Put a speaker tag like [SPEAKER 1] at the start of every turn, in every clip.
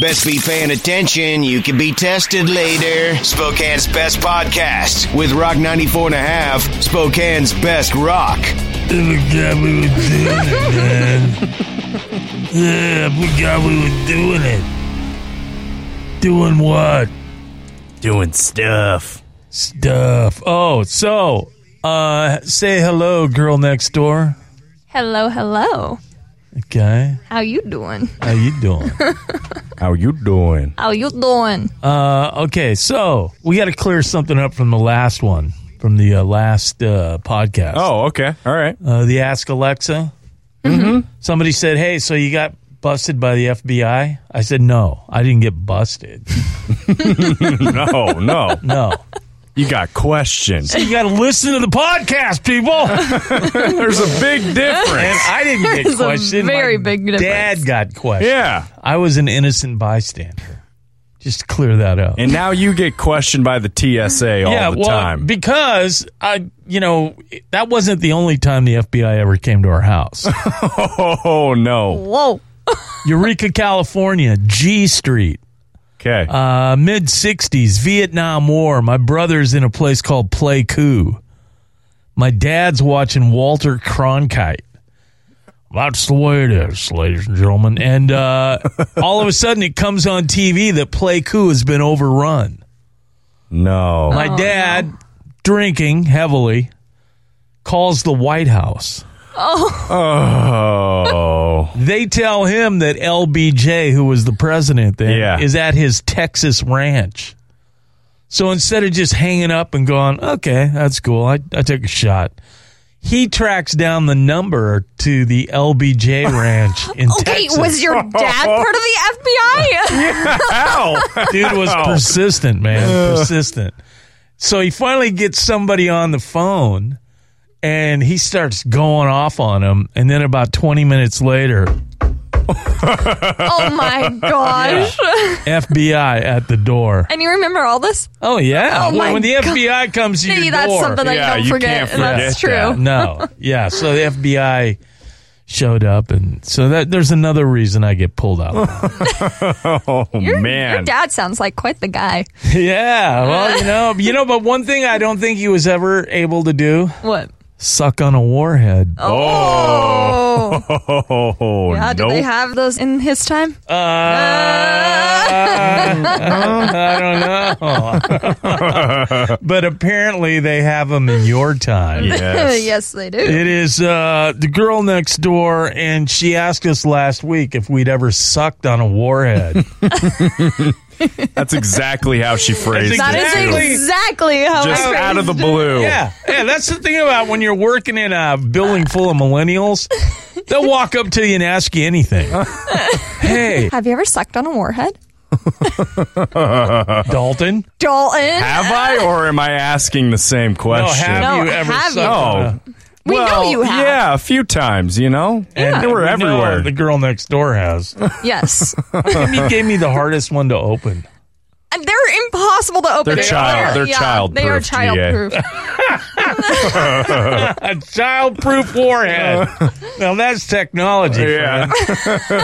[SPEAKER 1] Best be paying attention. You can be tested later. Spokane's best podcast with Rock 94 and a half, Spokane's best rock.
[SPEAKER 2] I forgot we were doing it, man. Yeah, I forgot we were doing it. Doing what?
[SPEAKER 3] Doing stuff.
[SPEAKER 2] Stuff. Oh, so, uh, say hello, girl next door.
[SPEAKER 4] Hello, hello.
[SPEAKER 2] Okay.
[SPEAKER 4] How you doing?
[SPEAKER 2] How you doing?
[SPEAKER 3] How you doing?
[SPEAKER 4] How you doing?
[SPEAKER 2] Uh, okay, so we got to clear something up from the last one, from the uh, last uh, podcast.
[SPEAKER 3] Oh, okay. All right.
[SPEAKER 2] uh, the Ask Alexa. Mm-hmm. Somebody said, "Hey, so you got busted by the FBI?" I said, "No, I didn't get busted.
[SPEAKER 3] No, no.
[SPEAKER 2] No,
[SPEAKER 3] You got questions.
[SPEAKER 2] you got to listen to the podcast, people."
[SPEAKER 3] There's a big difference.
[SPEAKER 2] And I didn't get
[SPEAKER 4] There's a
[SPEAKER 2] questioned.
[SPEAKER 4] very
[SPEAKER 2] My
[SPEAKER 4] big difference.
[SPEAKER 2] Dad got questioned.
[SPEAKER 3] Yeah.
[SPEAKER 2] I was an innocent bystander. Just to clear that up.
[SPEAKER 3] And now you get questioned by the TSA all
[SPEAKER 2] yeah,
[SPEAKER 3] the
[SPEAKER 2] well,
[SPEAKER 3] time.
[SPEAKER 2] because I, you know, that wasn't the only time the FBI ever came to our house.
[SPEAKER 3] oh, no.
[SPEAKER 4] Whoa.
[SPEAKER 2] Eureka, California, G Street.
[SPEAKER 3] Okay.
[SPEAKER 2] Uh, Mid 60s, Vietnam War. My brother's in a place called Play Coup. My dad's watching Walter Cronkite. That's the way it is, ladies and gentlemen. And uh, all of a sudden, it comes on TV that Play Coup has been overrun.
[SPEAKER 3] no.
[SPEAKER 2] My dad, drinking heavily, calls the White House.
[SPEAKER 3] oh.
[SPEAKER 2] They tell him that LBJ, who was the president then,
[SPEAKER 3] Yeah.
[SPEAKER 2] is at his Texas ranch. So instead of just hanging up and going, okay, that's cool, I, I took a shot, he tracks down the number to the LBJ ranch in
[SPEAKER 4] Okay,
[SPEAKER 2] Texas.
[SPEAKER 4] was your dad part of the FBI?
[SPEAKER 3] Ow.
[SPEAKER 2] Dude was persistent, man, persistent. So he finally gets somebody on the phone and he starts going off on him. And then about 20 minutes later,
[SPEAKER 4] oh my gosh.
[SPEAKER 2] FBI at the door.
[SPEAKER 4] And you remember all this?
[SPEAKER 2] Oh yeah.
[SPEAKER 4] Oh,
[SPEAKER 2] Well,
[SPEAKER 4] my
[SPEAKER 2] when the
[SPEAKER 4] God.
[SPEAKER 2] FBI comes to
[SPEAKER 4] Hey,
[SPEAKER 2] your
[SPEAKER 4] that's
[SPEAKER 2] door,
[SPEAKER 4] something I
[SPEAKER 3] Yeah,
[SPEAKER 4] don't
[SPEAKER 3] you
[SPEAKER 4] forget.
[SPEAKER 3] can't
[SPEAKER 4] and that's true.
[SPEAKER 3] forget
[SPEAKER 2] no, yeah. So the FBI showed up, and so that there's another reason I get pulled out.
[SPEAKER 3] Oh,
[SPEAKER 4] Your- Your
[SPEAKER 3] man.
[SPEAKER 4] dad sounds like quite the guy.
[SPEAKER 2] yeah. Well, you know, you know, but one thing I don't think he was ever able to do:
[SPEAKER 4] What?
[SPEAKER 2] suck on a warhead.
[SPEAKER 4] Oh.
[SPEAKER 3] Oh,
[SPEAKER 4] yeah, did
[SPEAKER 3] nope.
[SPEAKER 4] they have those in his time?
[SPEAKER 2] Uh, I don't know. but apparently, they have them in your time.
[SPEAKER 3] Uh, yes.
[SPEAKER 4] yes, they do.
[SPEAKER 2] It is uh, the girl next door, and she asked us last week if we'd ever sucked on a warhead.
[SPEAKER 3] That's exactly how she phrased
[SPEAKER 2] That's
[SPEAKER 4] that
[SPEAKER 3] it.
[SPEAKER 4] is
[SPEAKER 2] Exactly.
[SPEAKER 4] exactly how
[SPEAKER 3] Just
[SPEAKER 4] I
[SPEAKER 3] out of the blue.
[SPEAKER 2] yeah, yeah. That's the thing about when you're working in a building full of millennials, they'll walk up to you and ask you anything. hey,
[SPEAKER 4] Have you ever sucked on a warhead?
[SPEAKER 2] Dalton,
[SPEAKER 4] Dalton.
[SPEAKER 3] Have I, or am I asking the same
[SPEAKER 2] no,
[SPEAKER 3] question?
[SPEAKER 2] Oh, have Uh,
[SPEAKER 4] No,
[SPEAKER 2] you ever
[SPEAKER 4] have
[SPEAKER 2] sucked?
[SPEAKER 4] you?
[SPEAKER 2] on a-
[SPEAKER 3] Oh,
[SPEAKER 4] We know
[SPEAKER 3] well,
[SPEAKER 4] you have.
[SPEAKER 3] Yeah, a few times, you know?
[SPEAKER 2] And
[SPEAKER 3] They were
[SPEAKER 2] we know
[SPEAKER 3] everywhere.
[SPEAKER 2] The girl next door has.
[SPEAKER 4] yes.
[SPEAKER 2] he gave me the hardest one to open.
[SPEAKER 4] And they're impossible to open.
[SPEAKER 3] They're
[SPEAKER 4] They
[SPEAKER 3] child-
[SPEAKER 4] are.
[SPEAKER 3] they're
[SPEAKER 4] yeah, They are
[SPEAKER 3] childproof,
[SPEAKER 4] childproof.
[SPEAKER 2] A childproof warhead. now that's technology.
[SPEAKER 3] Yeah.
[SPEAKER 2] friend.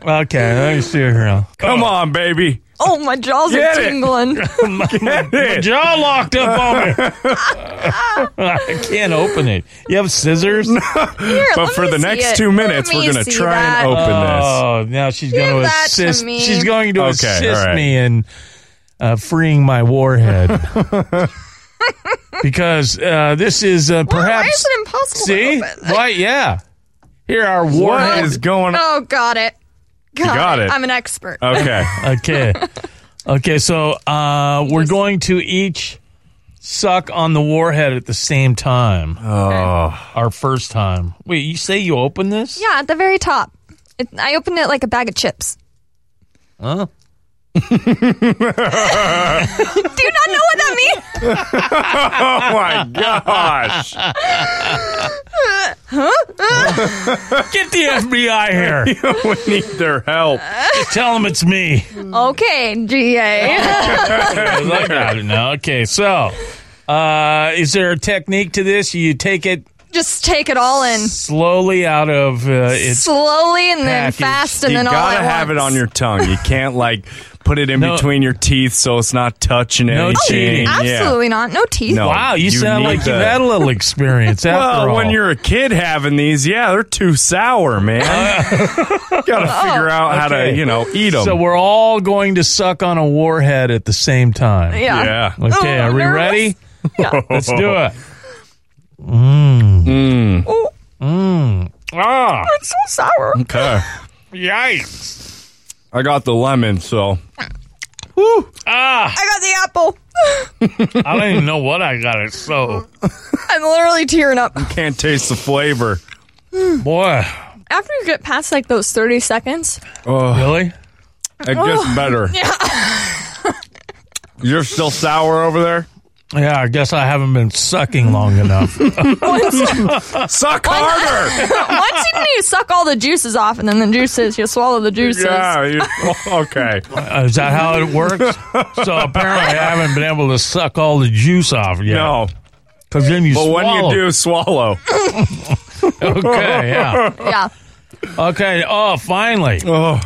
[SPEAKER 2] Okay, let me see here. now.
[SPEAKER 3] Come on, baby.
[SPEAKER 4] Oh, my jaws
[SPEAKER 3] Get
[SPEAKER 4] are
[SPEAKER 3] it.
[SPEAKER 4] tingling.
[SPEAKER 3] Get
[SPEAKER 2] My
[SPEAKER 3] it.
[SPEAKER 2] jaw locked up on me. I can't open it. You have scissors?
[SPEAKER 4] Here,
[SPEAKER 3] But
[SPEAKER 4] let
[SPEAKER 3] for
[SPEAKER 4] me
[SPEAKER 3] the
[SPEAKER 4] see
[SPEAKER 3] next
[SPEAKER 4] it.
[SPEAKER 3] two minutes,
[SPEAKER 4] Let
[SPEAKER 3] we're
[SPEAKER 4] me
[SPEAKER 3] going to
[SPEAKER 4] see
[SPEAKER 3] try
[SPEAKER 4] that.
[SPEAKER 3] and open
[SPEAKER 2] Oh, now she's
[SPEAKER 4] Give
[SPEAKER 2] going to
[SPEAKER 4] that to
[SPEAKER 2] assist.
[SPEAKER 4] me.
[SPEAKER 2] She's going to
[SPEAKER 3] Okay,
[SPEAKER 2] assist
[SPEAKER 3] all right.
[SPEAKER 2] me in uh, freeing my warhead because uh, this is uh,
[SPEAKER 4] Why-
[SPEAKER 2] perhaps.
[SPEAKER 4] Why is it impossible
[SPEAKER 2] see,
[SPEAKER 4] to open?
[SPEAKER 2] why? Yeah, here are
[SPEAKER 3] this. What
[SPEAKER 2] warheads.
[SPEAKER 3] is going on?
[SPEAKER 4] Oh, got it. Got,
[SPEAKER 3] got it.
[SPEAKER 4] I'm an expert.
[SPEAKER 3] Okay.
[SPEAKER 2] Okay, okay. So uh, we're going to each suck on the warhead at the same time.
[SPEAKER 3] Oh,
[SPEAKER 2] Our first time. Wait, you say you opened this?
[SPEAKER 4] yeah, at the very top. It, I opened it like a bag of chips.
[SPEAKER 2] Huh?
[SPEAKER 4] Do you not know what that means?
[SPEAKER 3] oh my gosh.
[SPEAKER 2] Get the FBI here.
[SPEAKER 3] we need their help.
[SPEAKER 2] Tell them it's me.
[SPEAKER 4] Okay, GA.
[SPEAKER 2] I got it now. Okay, so uh, is there a technique to this? You take it
[SPEAKER 4] Just take it all in
[SPEAKER 2] slowly out of uh, its
[SPEAKER 4] slowly and then
[SPEAKER 2] packaged.
[SPEAKER 4] fast and
[SPEAKER 3] you
[SPEAKER 4] then all
[SPEAKER 3] gotta
[SPEAKER 4] at
[SPEAKER 3] have
[SPEAKER 4] once.
[SPEAKER 3] it on your tongue. You can't like put it in
[SPEAKER 2] No.
[SPEAKER 3] between your teeth so it's not touching
[SPEAKER 2] No
[SPEAKER 3] anything.
[SPEAKER 2] cheating.
[SPEAKER 4] Absolutely not. No teeth.
[SPEAKER 3] No.
[SPEAKER 2] Wow, you,
[SPEAKER 3] You
[SPEAKER 2] sound
[SPEAKER 3] need
[SPEAKER 2] like
[SPEAKER 3] the-
[SPEAKER 2] you've had a little experience after
[SPEAKER 3] Well,
[SPEAKER 2] all.
[SPEAKER 3] when you're a kid having these, yeah, they're too sour, man. gotta figure out how to,
[SPEAKER 2] Okay.
[SPEAKER 3] you know, eat them.
[SPEAKER 2] so we're all going to suck on a warhead at the same time.
[SPEAKER 4] Yeah.
[SPEAKER 3] yeah.
[SPEAKER 2] Okay,
[SPEAKER 4] Oh,
[SPEAKER 2] are we
[SPEAKER 4] nervous.
[SPEAKER 2] ready?
[SPEAKER 4] Yeah.
[SPEAKER 2] Let's do it. Mmm.
[SPEAKER 3] Mm.
[SPEAKER 2] Mmm. Ah.
[SPEAKER 4] It's so sour.
[SPEAKER 3] Okay.
[SPEAKER 2] Yikes.
[SPEAKER 3] I got the lemon, so
[SPEAKER 4] I got the apple.
[SPEAKER 2] I don't even know what I got it. So,
[SPEAKER 4] I'm literally tearing up.
[SPEAKER 3] can't taste the flavor.
[SPEAKER 2] boy,
[SPEAKER 4] After you get past like those 30 seconds,
[SPEAKER 2] really?
[SPEAKER 3] It gets better.
[SPEAKER 4] yeah.
[SPEAKER 3] You're still sour over there?
[SPEAKER 2] Yeah, I guess I haven't been sucking long enough.
[SPEAKER 3] Suck harder!
[SPEAKER 4] Once you, you suck all the juices off and then the juices, you swallow the juices.
[SPEAKER 3] yeah, you- okay.
[SPEAKER 2] Uh, Is that how it works? So apparently, I haven't been able to suck all the juice off yet.
[SPEAKER 3] No.
[SPEAKER 2] because then you
[SPEAKER 3] But when
[SPEAKER 2] swallow.
[SPEAKER 3] you do swallow,
[SPEAKER 2] okay, yeah,
[SPEAKER 4] Yeah.
[SPEAKER 2] okay. Oh, finally,
[SPEAKER 3] oh,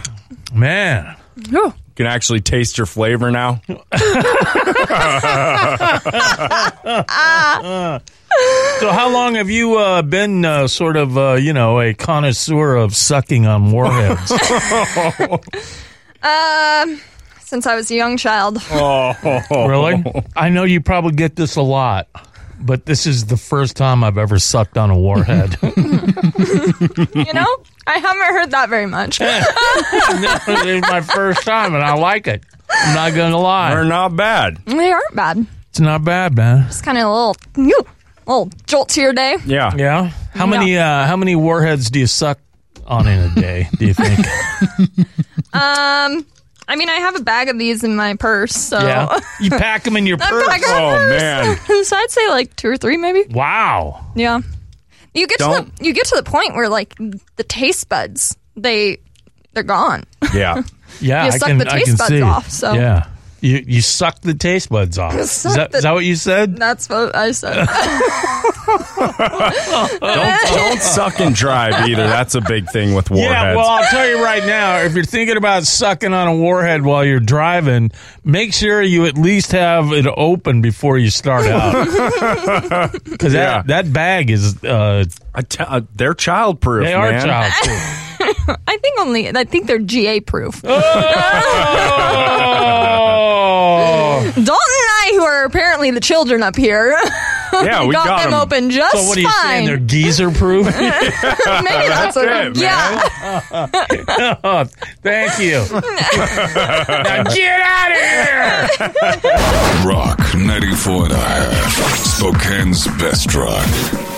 [SPEAKER 2] man.
[SPEAKER 4] Whew.
[SPEAKER 3] you can actually taste your flavor now.
[SPEAKER 2] So, how long have you uh, been uh, sort of, uh, you know, a connoisseur of sucking on warheads?
[SPEAKER 4] Um, Since I was a young child.
[SPEAKER 2] really? I know you probably get this a lot, but this is the first time I've ever sucked on a warhead.
[SPEAKER 4] You know, I haven't heard that very much.
[SPEAKER 2] it's my first time, and I like it. I'm not gonna
[SPEAKER 3] They're
[SPEAKER 2] lie.
[SPEAKER 3] not bad.
[SPEAKER 4] They aren't bad.
[SPEAKER 2] It's not bad, man.
[SPEAKER 4] It's kind of a little, ew, little jolt to your day.
[SPEAKER 3] Yeah.
[SPEAKER 2] Yeah. How many uh, how many warheads do you suck on in a day, do you think?
[SPEAKER 4] I mean, I have a bag of these in my purse, so.
[SPEAKER 2] yeah. You pack them in your
[SPEAKER 4] Oh. I'm
[SPEAKER 2] purse.
[SPEAKER 4] back on
[SPEAKER 3] Oh,
[SPEAKER 4] purse.
[SPEAKER 3] man.
[SPEAKER 4] so I'd say like two or three, maybe.
[SPEAKER 2] Wow.
[SPEAKER 4] Yeah. You get to
[SPEAKER 3] Don't-
[SPEAKER 4] the you get to the point where like the taste buds they they're gone.
[SPEAKER 3] Yeah.
[SPEAKER 2] Yeah,
[SPEAKER 4] You
[SPEAKER 2] I
[SPEAKER 4] suck
[SPEAKER 2] can
[SPEAKER 4] the
[SPEAKER 2] I
[SPEAKER 4] taste
[SPEAKER 2] can
[SPEAKER 4] buds
[SPEAKER 2] see.
[SPEAKER 4] off, so-
[SPEAKER 2] Yeah. You you suck the taste buds off. Is
[SPEAKER 4] suck
[SPEAKER 2] that,
[SPEAKER 4] the-
[SPEAKER 2] is that what you said?
[SPEAKER 4] That's what I said.
[SPEAKER 3] Don't, don't suck and drive either. That's a big thing with warheads.
[SPEAKER 2] Yeah, well, I'll tell you right now, if you're thinking about sucking on a warhead while you're driving, make sure you at least have it open before you start out. Because
[SPEAKER 3] Yeah.
[SPEAKER 2] that, that bag is, uh,
[SPEAKER 3] I te- uh, they're childproof.
[SPEAKER 2] they are
[SPEAKER 3] man.
[SPEAKER 2] childproof.
[SPEAKER 4] I think only I think they're GA proof.
[SPEAKER 2] Oh!
[SPEAKER 4] Dalton and I, who are apparently the children up here,
[SPEAKER 3] Yeah, we
[SPEAKER 4] got,
[SPEAKER 3] got,
[SPEAKER 4] them,
[SPEAKER 3] them.
[SPEAKER 4] open just
[SPEAKER 2] So what are you saying?
[SPEAKER 4] fine.
[SPEAKER 2] They're geezer proof?
[SPEAKER 4] Maybe that's,
[SPEAKER 3] it, man.
[SPEAKER 4] what, yeah.
[SPEAKER 2] oh, thank you. now get out of here.
[SPEAKER 5] Rock 94 and a half. Spokane's best rock.